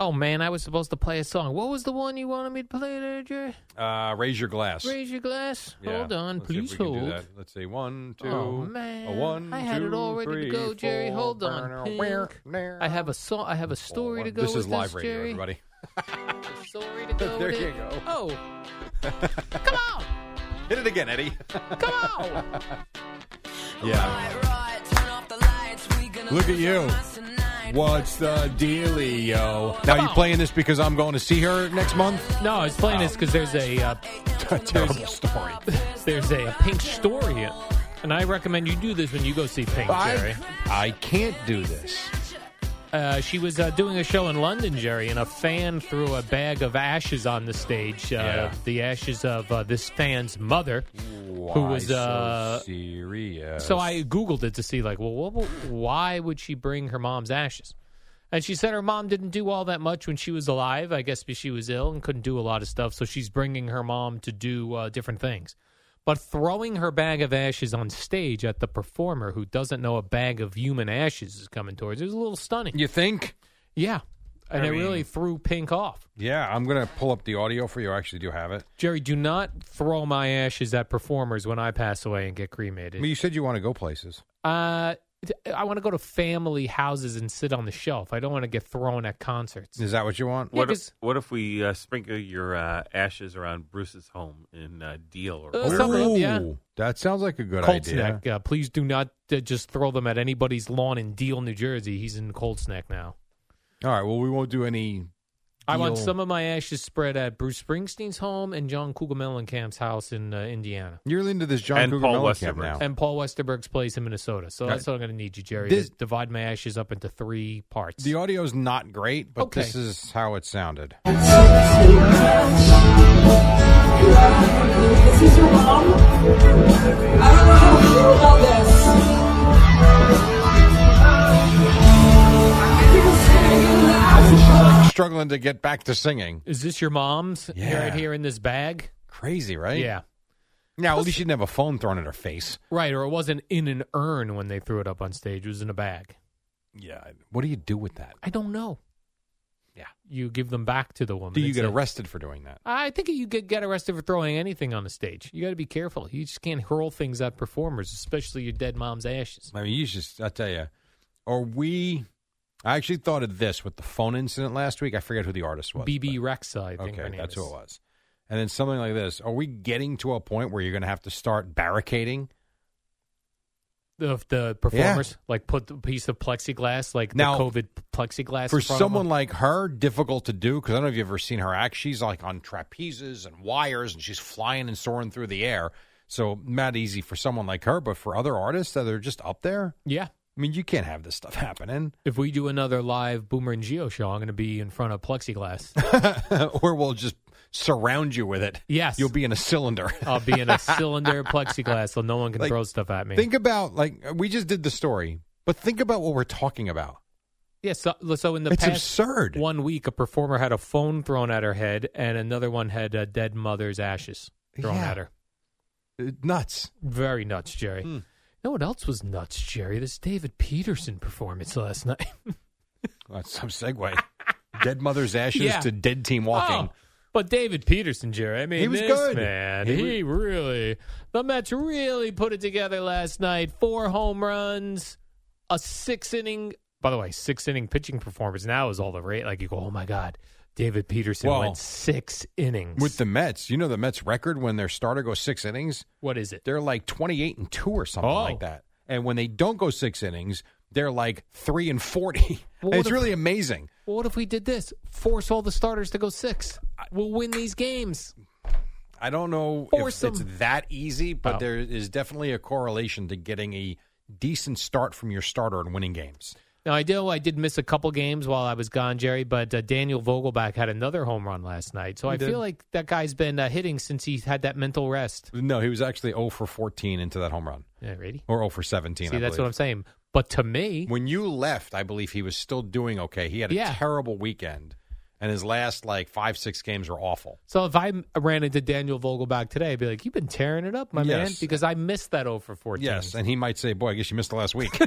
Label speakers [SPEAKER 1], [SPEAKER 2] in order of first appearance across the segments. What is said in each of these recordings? [SPEAKER 1] Oh man, I was supposed to play a song. What was the one you wanted me to play there, Jerry?
[SPEAKER 2] Uh, raise your glass.
[SPEAKER 1] Raise your glass.
[SPEAKER 2] Yeah.
[SPEAKER 1] Hold on,
[SPEAKER 2] Let's see if
[SPEAKER 1] please
[SPEAKER 2] we can do
[SPEAKER 1] hold.
[SPEAKER 2] that. Let's see. One, two.
[SPEAKER 1] Oh man,
[SPEAKER 2] A one,
[SPEAKER 1] I had it
[SPEAKER 2] two,
[SPEAKER 1] all ready
[SPEAKER 2] three,
[SPEAKER 1] to go, Jerry.
[SPEAKER 2] four.
[SPEAKER 1] Hold on,
[SPEAKER 2] Where,
[SPEAKER 1] Pink.
[SPEAKER 2] where,
[SPEAKER 1] I have a song. I have a story
[SPEAKER 2] four.
[SPEAKER 1] to go.
[SPEAKER 2] This
[SPEAKER 1] with
[SPEAKER 2] is live
[SPEAKER 1] this,
[SPEAKER 2] radio,
[SPEAKER 1] Jerry.
[SPEAKER 2] everybody.
[SPEAKER 1] A story to go
[SPEAKER 2] There
[SPEAKER 1] with
[SPEAKER 2] you
[SPEAKER 1] it.
[SPEAKER 2] go.
[SPEAKER 1] Oh, come on,
[SPEAKER 2] Hit it again, Eddie.
[SPEAKER 1] come on.
[SPEAKER 2] yeah.
[SPEAKER 3] Look at you. What's the dealio?
[SPEAKER 2] Now
[SPEAKER 1] Come
[SPEAKER 2] you
[SPEAKER 1] on.
[SPEAKER 2] playing this because I'm going to see her next month.
[SPEAKER 1] No, I was playing this because there's a uh,
[SPEAKER 2] Terrible story.
[SPEAKER 1] there's a Pink story, and I recommend you do this when you go see Pink, Jerry.
[SPEAKER 2] I, I can't do this.
[SPEAKER 1] Uh, she was uh, doing a show in London, Jerry, and a fan threw a bag of ashes on the stage. Uh,
[SPEAKER 2] Yeah.
[SPEAKER 1] The ashes of uh, this fan's mother.
[SPEAKER 2] Why
[SPEAKER 1] was, uh,
[SPEAKER 2] so serious?
[SPEAKER 1] So I Googled it to see, like, well, what, why would she bring her mom's ashes? And she said her mom didn't do all that much when she was alive. I guess because she was ill and couldn't do a lot of stuff. So she's bringing her mom to do uh, different things. But throwing her bag of ashes on stage at the performer who doesn't know a bag of human ashes is coming towards her is a little stunning.
[SPEAKER 2] You think?
[SPEAKER 1] Yeah. And
[SPEAKER 2] I
[SPEAKER 1] it
[SPEAKER 2] mean-
[SPEAKER 1] really threw Pink off.
[SPEAKER 2] Yeah, I'm gonna pull up the audio for you. I actually do have it.
[SPEAKER 1] Jerry, do not throw my ashes at performers when I pass away and get cremated.
[SPEAKER 2] Well, you said you want to go places.
[SPEAKER 1] Uh, d- I want to go to family houses and sit on the shelf. I don't want to get thrown at concerts.
[SPEAKER 2] Is that what you want?
[SPEAKER 4] What if,
[SPEAKER 1] 'cause-
[SPEAKER 4] what if we uh, sprinkle your uh, ashes around Bruce's home in uh, Deal or
[SPEAKER 1] Uh, something- yeah.
[SPEAKER 2] That sounds like a good
[SPEAKER 1] Cold
[SPEAKER 2] idea.
[SPEAKER 1] snack. Uh, please do not uh, just throw them at anybody's lawn in Deal, New Jersey. He's in cold snack now.
[SPEAKER 2] All right. Well, we won't do any.
[SPEAKER 1] I want
[SPEAKER 2] Deal.
[SPEAKER 1] some of my ashes spread at Bruce Springsteen's home and John Kugelmellenkamp's house in uh, Indiana.
[SPEAKER 2] You're really into this John
[SPEAKER 4] And
[SPEAKER 2] Cougar
[SPEAKER 4] Paul
[SPEAKER 2] Mellencamp
[SPEAKER 4] Westerberg.
[SPEAKER 2] now.
[SPEAKER 1] And Paul Westerberg's place in Minnesota. So that's what I'm going to need you, Jerry. to
[SPEAKER 2] This-
[SPEAKER 1] divide my ashes up into three parts.
[SPEAKER 2] the audio's not great, but
[SPEAKER 1] Okay.
[SPEAKER 2] this is how it sounded. Struggling to get back to singing.
[SPEAKER 1] Is this your mom's
[SPEAKER 2] Yeah.
[SPEAKER 1] right here in this bag?
[SPEAKER 2] Crazy, right?
[SPEAKER 1] Yeah.
[SPEAKER 2] Now, at least she didn't have a phone thrown in her face.
[SPEAKER 1] Right, or it wasn't in an urn when they threw it up on stage. It was in a bag.
[SPEAKER 2] Yeah. What do you do with that?
[SPEAKER 1] I don't know.
[SPEAKER 2] Yeah.
[SPEAKER 1] You give them back to the woman.
[SPEAKER 2] Do you
[SPEAKER 1] It's
[SPEAKER 2] get
[SPEAKER 1] a-
[SPEAKER 2] arrested for doing that?
[SPEAKER 1] I think you could get arrested for throwing anything on the stage. You got to be careful. You just can't hurl things at performers, especially your dead mom's ashes.
[SPEAKER 2] I mean, you just, I tell you, are we. I actually thought of this with the phone incident last week. I forget who the artist was.
[SPEAKER 1] BB Rexa, I
[SPEAKER 2] but-
[SPEAKER 1] think. her
[SPEAKER 2] okay,
[SPEAKER 1] name
[SPEAKER 2] that's
[SPEAKER 1] is.
[SPEAKER 2] who it was. And then something like this. Are we getting to a point where you're going to have to start barricading?
[SPEAKER 1] The, the performers, like, put a piece of plexiglass, like
[SPEAKER 2] Now,
[SPEAKER 1] the COVID plexiglass.
[SPEAKER 2] For
[SPEAKER 1] in front of
[SPEAKER 2] someone
[SPEAKER 1] them.
[SPEAKER 2] like her, difficult to do because I don't know if you've ever seen her act. She's like on trapezes and wires and she's flying and soaring through the air. So, not easy for someone like her, but for other artists that are just up there,
[SPEAKER 1] Yeah.
[SPEAKER 2] I mean, you can't have this stuff happening.
[SPEAKER 1] If we do another live Boomer and Geo show, I'm going to be in front of plexiglass.
[SPEAKER 2] or we'll just surround you with it.
[SPEAKER 1] Yes.
[SPEAKER 2] You'll be in a cylinder.
[SPEAKER 1] I'll be in a cylinder plexiglass so no one can
[SPEAKER 2] Like,
[SPEAKER 1] throw stuff at me.
[SPEAKER 2] Think about like we just did the story, but think about what we're talking about.
[SPEAKER 1] Yeah, so, so in the
[SPEAKER 2] it's
[SPEAKER 1] past
[SPEAKER 2] absurd.
[SPEAKER 1] one week, a performer had a phone thrown at her head, and another one had a dead mother's ashes thrown
[SPEAKER 2] Yeah.
[SPEAKER 1] at her.
[SPEAKER 2] Uh, Nuts.
[SPEAKER 1] Very nuts, Jerry.
[SPEAKER 2] Hmm.
[SPEAKER 1] No one else was nuts, Jerry. This David Peterson performance last night.
[SPEAKER 2] That's Uh, some segue. dead mother's ashes
[SPEAKER 1] Yeah.
[SPEAKER 2] to dead team walking.
[SPEAKER 1] Oh, but David Peterson, Jerry. I mean,
[SPEAKER 2] He was
[SPEAKER 1] this
[SPEAKER 2] good.
[SPEAKER 1] man.
[SPEAKER 2] He
[SPEAKER 1] He,
[SPEAKER 2] was-
[SPEAKER 1] really. The Mets really put it together last night. Four home runs, a six inning. By the way, six inning pitching performance. Now is all the rate. Like you go, oh my god, David Peterson
[SPEAKER 2] Well,
[SPEAKER 1] went six innings.
[SPEAKER 2] With the Mets, you know the Mets record when their starter goes six innings,
[SPEAKER 1] what is it?
[SPEAKER 2] they're like twenty eight and two or something
[SPEAKER 1] Oh.
[SPEAKER 2] like that. And when they don't go six innings, they're like three and forty.
[SPEAKER 1] Well,
[SPEAKER 2] And
[SPEAKER 1] what
[SPEAKER 2] it's
[SPEAKER 1] if-
[SPEAKER 2] really amazing.
[SPEAKER 1] Well, what if we did this? Force all the starters to go six. We'll win these games.
[SPEAKER 2] I don't know
[SPEAKER 1] Force
[SPEAKER 2] if it's
[SPEAKER 1] 'em.
[SPEAKER 2] that easy, but
[SPEAKER 1] Oh.
[SPEAKER 2] there is definitely a correlation to getting a decent start from your starter and winning games.
[SPEAKER 1] Now I know I did miss a couple games while I was gone, Jerry, but uh, Daniel Vogelback had another home run last night. So I
[SPEAKER 2] did.
[SPEAKER 1] feel like that guy's been uh, hitting since he had that mental rest.
[SPEAKER 2] No, he was actually 0 for 14 into that home run,
[SPEAKER 1] Yeah, ready?
[SPEAKER 2] or 0 for 17.
[SPEAKER 1] See,
[SPEAKER 2] I
[SPEAKER 1] that's
[SPEAKER 2] believe.
[SPEAKER 1] what I'm saying. But to me,
[SPEAKER 2] When you left, I believe he was still doing okay. He had a
[SPEAKER 1] Yeah.
[SPEAKER 2] terrible weekend, and his last like five, six games were awful.
[SPEAKER 1] so if I m- ran into Daniel Vogelback today, I'd be like, "You've been tearing it up, my man,"
[SPEAKER 2] Yes.
[SPEAKER 1] because I missed that 0 for 14.
[SPEAKER 2] Yes, and he might say, "Boy, I guess you missed the last week."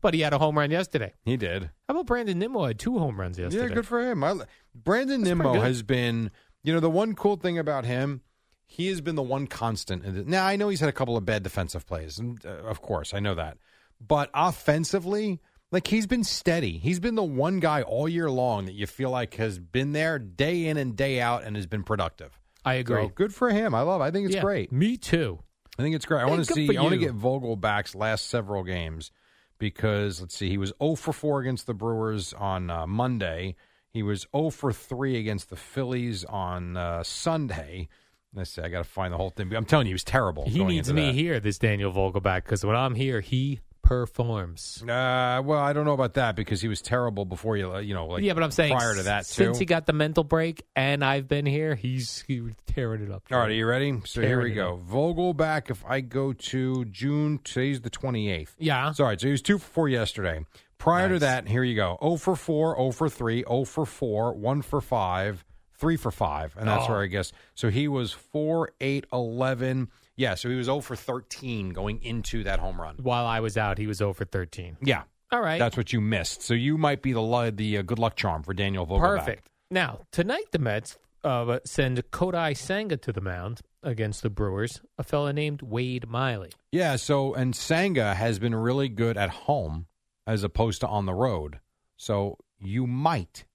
[SPEAKER 1] but he had a home run yesterday.
[SPEAKER 2] he did.
[SPEAKER 1] How about Brandon Nimmo had two home runs yesterday?
[SPEAKER 2] Yeah, good for him. I, li- Brandon Nimmo
[SPEAKER 1] good.
[SPEAKER 2] has been, you know, the one cool thing about him, he has been the one constant. In the, now, I know he's had a couple of bad defensive plays, and, uh, of course, I know that. But offensively, like he's been steady. He's been the one guy all year long that you feel like has been there day in and day out and has been productive.
[SPEAKER 1] I agree.
[SPEAKER 2] So good for him. I love. I think it's
[SPEAKER 1] Yeah,
[SPEAKER 2] great.
[SPEAKER 1] Me too.
[SPEAKER 2] I think it's great. I
[SPEAKER 1] Hey,
[SPEAKER 2] want to
[SPEAKER 1] good
[SPEAKER 2] see.
[SPEAKER 1] for
[SPEAKER 2] I want to
[SPEAKER 1] you.
[SPEAKER 2] get Vogelback's last several games because let's see, he was 0 for 4 against the Brewers on uh, Monday. He was 0 for 3 against the Phillies on uh, Sunday. Let's see, I got to find the whole thing. I'm telling you, he was terrible.
[SPEAKER 1] He
[SPEAKER 2] going
[SPEAKER 1] needs
[SPEAKER 2] into
[SPEAKER 1] me
[SPEAKER 2] that.
[SPEAKER 1] here, this Daniel Vogelback, because when I'm here, he performs.
[SPEAKER 2] Uh, well, I don't know about that because he was terrible before you. uh, You know, like
[SPEAKER 1] yeah, but I'm saying
[SPEAKER 2] prior to that too.
[SPEAKER 1] since he got the mental break and I've been here, he's he was tearing it up.
[SPEAKER 2] All right, are you ready? So here
[SPEAKER 1] Tearing
[SPEAKER 2] we
[SPEAKER 1] it
[SPEAKER 2] go. Vogelback. If I go to June, today's the 28th.
[SPEAKER 1] Yeah.
[SPEAKER 2] Sorry, so he was 2 for 4 yesterday. Prior to
[SPEAKER 1] Nice.
[SPEAKER 2] that, here you go 0 for 4, 0 for 3, 0 for 4, 1 for 5, 3 for 5. And that's
[SPEAKER 1] Oh.
[SPEAKER 2] where I guess. So he was 4, 8, 11. Yeah, so he was 0 for 13 going into that home run.
[SPEAKER 1] While I was out, he was over 13.
[SPEAKER 2] Yeah,
[SPEAKER 1] All right.
[SPEAKER 2] that's what you missed. So you might be the lu- the uh, good luck charm for Daniel Vogelback.
[SPEAKER 1] perfect. Now, tonight the Mets uh, send Kodai Sanga to the mound against the Brewers, a fella named Wade Miley.
[SPEAKER 2] Yeah, so and Sanga has been really good at home as opposed to on the road. So you might,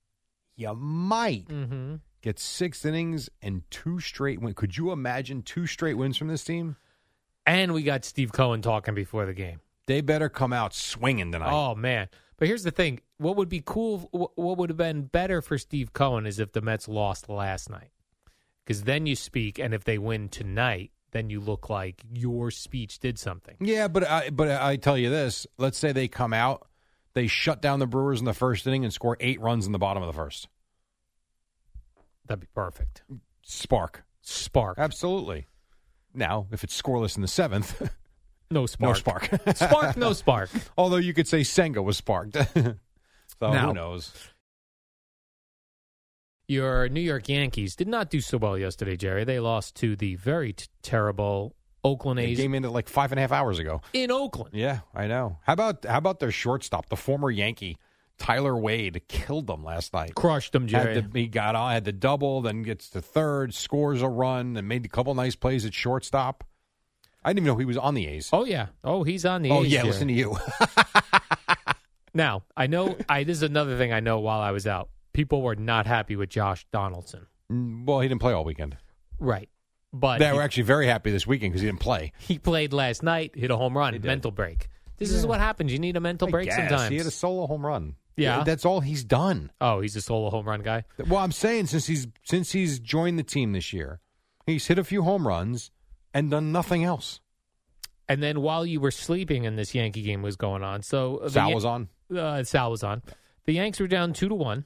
[SPEAKER 2] you might
[SPEAKER 1] Mm-hmm.
[SPEAKER 2] get six innings and two straight wins. Could you imagine two straight wins from this team?
[SPEAKER 1] And we got Steve Cohen talking before the game.
[SPEAKER 2] They better come out swinging tonight.
[SPEAKER 1] Oh man! But here's the thing: what would be cool? wh- What would have been better for Steve Cohen is if the Mets lost last night, because then you speak, and if they win tonight, then you look like your speech did something.
[SPEAKER 2] Yeah, but I, but I tell you this: let's say they come out, they shut down the Brewers in the first inning and score eight runs in the bottom of the first.
[SPEAKER 1] That'd be perfect.
[SPEAKER 2] Spark,
[SPEAKER 1] Spark.
[SPEAKER 2] absolutely. Now, if it's scoreless in the seventh,
[SPEAKER 1] No
[SPEAKER 2] no
[SPEAKER 1] spark.
[SPEAKER 2] spark.
[SPEAKER 1] spark. No spark.
[SPEAKER 2] Although you could say Senga was sparked. so
[SPEAKER 1] Now-
[SPEAKER 2] who knows?
[SPEAKER 1] Your New York Yankees did not do so well yesterday, Jerry. They lost to the very t- terrible Oakland
[SPEAKER 2] They
[SPEAKER 1] A's
[SPEAKER 2] came in at like five and a half hours ago.
[SPEAKER 1] in Oakland.
[SPEAKER 2] Yeah, I know. How about how about their shortstop, the former Yankee Tyler Wade, killed them last night.
[SPEAKER 1] Crushed them,
[SPEAKER 2] Had
[SPEAKER 1] Jerry.
[SPEAKER 2] the, he got on, had the double, then gets to third, scores a run, and made a couple nice plays at shortstop. I didn't even know he was on the A's.
[SPEAKER 1] Oh yeah. Oh, he's on the.
[SPEAKER 2] Oh,
[SPEAKER 1] A's,
[SPEAKER 2] yeah,
[SPEAKER 1] Jerry.
[SPEAKER 2] listen to you.
[SPEAKER 1] Now, I know I this is another thing I know while I was out. People were not happy with Josh Donaldson.
[SPEAKER 2] Mm, well, he didn't play all weekend.
[SPEAKER 1] Right. But
[SPEAKER 2] They
[SPEAKER 1] he,
[SPEAKER 2] were actually very happy this weekend because he didn't play.
[SPEAKER 1] he played last night, hit a home run,
[SPEAKER 2] He did.
[SPEAKER 1] mental break. This is what happens. You need a mental
[SPEAKER 2] I
[SPEAKER 1] break
[SPEAKER 2] guess.
[SPEAKER 1] sometimes.
[SPEAKER 2] He had a solo home run.
[SPEAKER 1] Yeah.
[SPEAKER 2] That's all he's done.
[SPEAKER 1] oh, he's a solo home run guy.
[SPEAKER 2] Well, I'm saying since he's since he's joined the team this year, he's hit a few home runs and done nothing else.
[SPEAKER 1] And then while you were sleeping and this Yankee game was going on, so the
[SPEAKER 2] Sal
[SPEAKER 1] Yan-
[SPEAKER 2] was on.
[SPEAKER 1] uh, Sal was on. The Yanks were down two to one.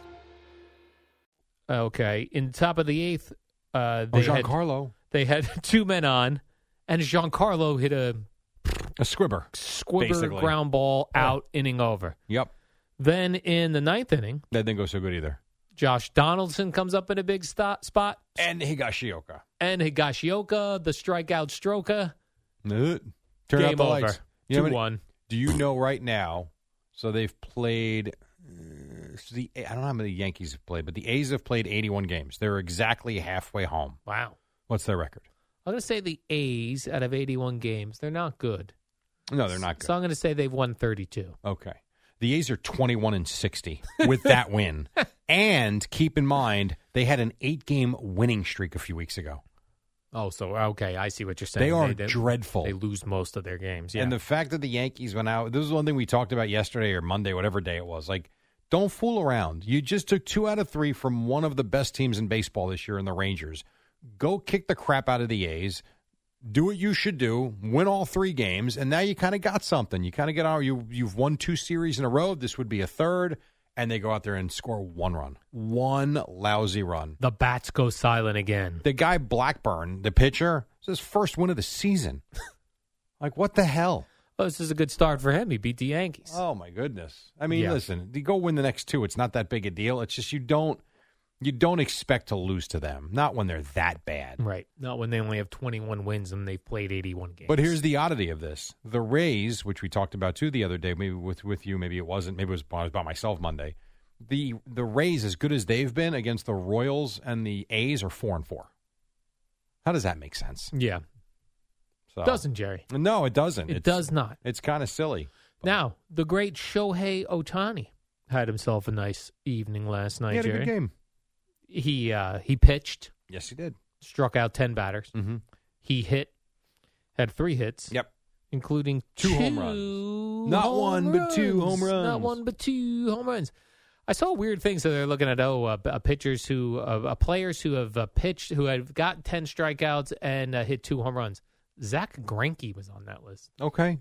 [SPEAKER 1] Okay. In top of the eighth, uh,
[SPEAKER 2] Oh,
[SPEAKER 1] they, had,
[SPEAKER 2] Giancarlo,
[SPEAKER 1] they had two men on, and Giancarlo hit a
[SPEAKER 2] a squibber.
[SPEAKER 1] squibber
[SPEAKER 2] Basically.
[SPEAKER 1] ground ball out, inning over.
[SPEAKER 2] Yep,
[SPEAKER 1] Then in the ninth inning,
[SPEAKER 2] that didn't go so good either.
[SPEAKER 1] Josh Donaldson comes up in a big sto- spot,
[SPEAKER 2] And Higashioka.
[SPEAKER 1] and Higashioka, the strikeout Stroka,
[SPEAKER 2] Turn out
[SPEAKER 1] game
[SPEAKER 2] the
[SPEAKER 1] over,
[SPEAKER 2] lights. You know
[SPEAKER 1] two
[SPEAKER 2] what-
[SPEAKER 1] one.
[SPEAKER 2] Do you know right now? So they've played. uh, so the I don't know how many Yankees have played, but the A's have played 81 games. They're exactly halfway home.
[SPEAKER 1] Wow,
[SPEAKER 2] What's their record?
[SPEAKER 1] I'm gonna say the A's out of 81 games, they're not good.
[SPEAKER 2] No, they're not good.
[SPEAKER 1] So I'm gonna say they've won 32.
[SPEAKER 2] Okay. The A's are 21 and 60 with that win. And keep in mind, they had an eight game winning streak a few weeks ago.
[SPEAKER 1] Oh, so okay, I see what you're saying.
[SPEAKER 2] They are dreadful.
[SPEAKER 1] They lose most of their games. Yeah,
[SPEAKER 2] And the fact that the Yankees went out, this is one thing we talked about yesterday or Monday, whatever day it was. Like, don't fool around. You just took two out of three from one of the best teams in baseball this year in the Rangers. Go kick the crap out of the A's. Do what you should do. Win all three games, and now you kind of got something. You kind of get out. You you've won two series in a row. This would be a third, and they go out there and score one run, one lousy run.
[SPEAKER 1] the bats go silent again.
[SPEAKER 2] The guy Blackburn, the pitcher, it's his first win of the season. like what the hell?
[SPEAKER 1] Oh, this is a good start for him. He beat the Yankees.
[SPEAKER 2] Oh my goodness! I mean,
[SPEAKER 1] Yeah.
[SPEAKER 2] listen, you go win the next two. It's not that big a deal. It's just you don't you don't expect to lose to them. Not when they're that bad.
[SPEAKER 1] Right. Not when they only have 21 wins and they've played 81 games.
[SPEAKER 2] But here's the oddity of this: the Rays, which we talked about too the other day, maybe with with you, maybe it wasn't, maybe it was, I was by myself Monday. The the Rays, as good as they've been against the Royals and the A's, are four and four. How does that make sense?
[SPEAKER 1] yeah,
[SPEAKER 2] So,
[SPEAKER 1] doesn't Jerry?
[SPEAKER 2] No, it doesn't.
[SPEAKER 1] It
[SPEAKER 2] Oh. It's-
[SPEAKER 1] does not.
[SPEAKER 2] It's kind of silly.
[SPEAKER 1] Now the great Shohei Otani had himself a nice evening last night.
[SPEAKER 2] he had a
[SPEAKER 1] Jerry.
[SPEAKER 2] good game.
[SPEAKER 1] He uh, he pitched,
[SPEAKER 2] Yes, he did.
[SPEAKER 1] struck out 10 batters.
[SPEAKER 2] Mm-hmm.
[SPEAKER 1] He hit, had three hits,
[SPEAKER 2] Yep.
[SPEAKER 1] including
[SPEAKER 2] Two home runs.
[SPEAKER 1] two
[SPEAKER 2] Not
[SPEAKER 1] home
[SPEAKER 2] one, but two
[SPEAKER 1] runs.
[SPEAKER 2] home runs.
[SPEAKER 1] Not one, but two home runs. I saw weird things that they're looking at. Oh, uh, uh, pitchers who, uh, uh, players who have uh, pitched, who have got ten strikeouts and uh, hit two home runs. Zach Greinke was on that list.
[SPEAKER 2] Okay.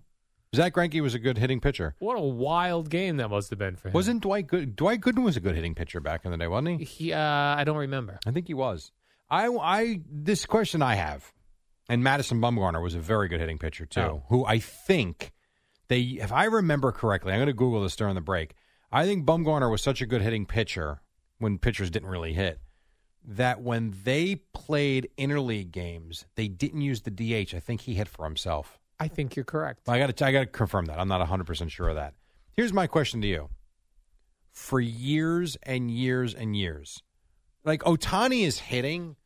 [SPEAKER 2] Zach Greinke was a good hitting pitcher.
[SPEAKER 1] What a wild game that must have been for him.
[SPEAKER 2] Wasn't Dwight good? Dwight Gooden was a good hitting pitcher back in the day, wasn't he?
[SPEAKER 1] he? Uh, I don't remember.
[SPEAKER 2] I think he was. I, I this question I have, and Madison Bumgarner was a very good hitting pitcher too,
[SPEAKER 1] Oh.
[SPEAKER 2] who I think they, if I remember correctly, I'm going to Google this during the break. I think Bumgarner was such a good hitting pitcher when pitchers didn't really hit that when they played interleague games, they didn't use the DH. I think he hit for himself.
[SPEAKER 1] I think you're correct.
[SPEAKER 2] I got to I got to confirm that. I'm not 100% sure of that. Here's my question to you. For years and years and years. Like Otani is hitting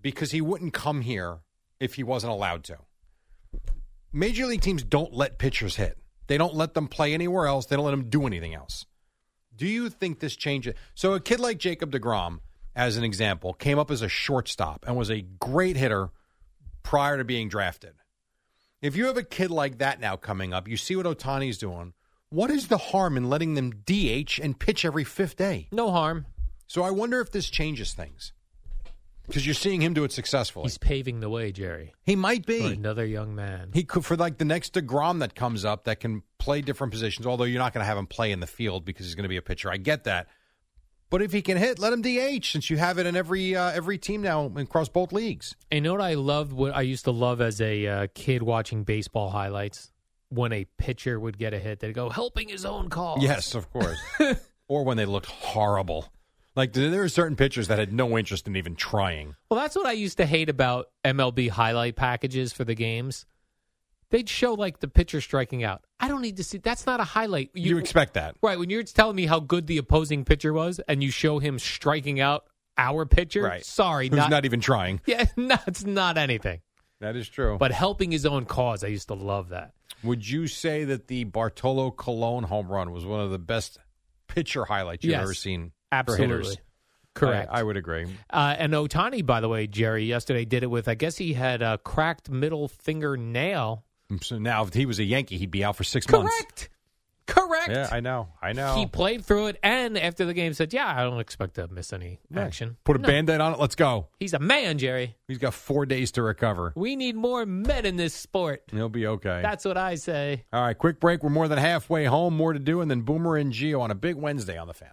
[SPEAKER 2] because he wouldn't come here if he wasn't allowed to. Major league teams don't let pitchers hit. They don't let them play anywhere else. They don't let them do anything else. Do you think this changes? So a kid like Jacob DeGrom as an example came up as a shortstop and was a great hitter prior to being drafted. If you have a kid like that now coming up, you see what Otani's doing. What is the harm in letting them DH and pitch every fifth day?
[SPEAKER 1] No harm.
[SPEAKER 2] So I wonder if this changes things because you're seeing him do it successfully.
[SPEAKER 1] He's paving the way, Jerry,
[SPEAKER 2] he might
[SPEAKER 1] for
[SPEAKER 2] be.
[SPEAKER 1] another young man.
[SPEAKER 2] He could for like the next Degrom that comes up that can play different positions. Although you're not going to have him play in the field because he's going to be a pitcher. I get that, but if he can hit, let him DH since you have it in every uh, every team now across both leagues.
[SPEAKER 1] And you know what I loved? What I used to love as a uh, kid watching baseball highlights when a pitcher would get a hit, they'd go helping his own cause.
[SPEAKER 2] Yes, of course. or when they looked horrible. Like th- there were certain pitchers that had no interest in even trying.
[SPEAKER 1] Well, that's what I used to hate about MLB highlight packages for the games. They'd show like the pitcher striking out. I don't need to see. That's not a highlight.
[SPEAKER 2] You, expect that.
[SPEAKER 1] right when you're telling me how good the opposing pitcher was, and you show him striking out our pitcher.
[SPEAKER 2] Right.
[SPEAKER 1] Sorry,
[SPEAKER 2] Who's not,
[SPEAKER 1] not,
[SPEAKER 2] even trying.
[SPEAKER 1] yeah, no, it's not anything.
[SPEAKER 2] That is true.
[SPEAKER 1] But helping his own cause, I used to love that.
[SPEAKER 2] Would you say that the Bartolo Colon home run was one of the best pitcher highlights you've
[SPEAKER 1] Yes.
[SPEAKER 2] ever seen? for
[SPEAKER 1] Absolutely.
[SPEAKER 2] hitters?
[SPEAKER 1] Correct.
[SPEAKER 2] I, I would agree.
[SPEAKER 1] Uh, and Otani, by the way, Jerry, yesterday did it with, I guess he had a cracked middle finger nail.
[SPEAKER 2] Mm, So now, if he was a Yankee, he'd be out for six months.
[SPEAKER 1] Correct. Correct.
[SPEAKER 2] Yeah, I know. I know.
[SPEAKER 1] He played through it and after the game said, Yeah, I don't expect to miss any action.
[SPEAKER 2] Put a
[SPEAKER 1] No.
[SPEAKER 2] band aid on it. Let's go.
[SPEAKER 1] He's a man, Jerry.
[SPEAKER 2] He's got four days to recover.
[SPEAKER 1] We need more men in this sport.
[SPEAKER 2] He'll be okay.
[SPEAKER 1] That's what I say.
[SPEAKER 2] All right, quick break. We're more than halfway home. More to do, and then Boomer and Geo on a big Wednesday on the fan.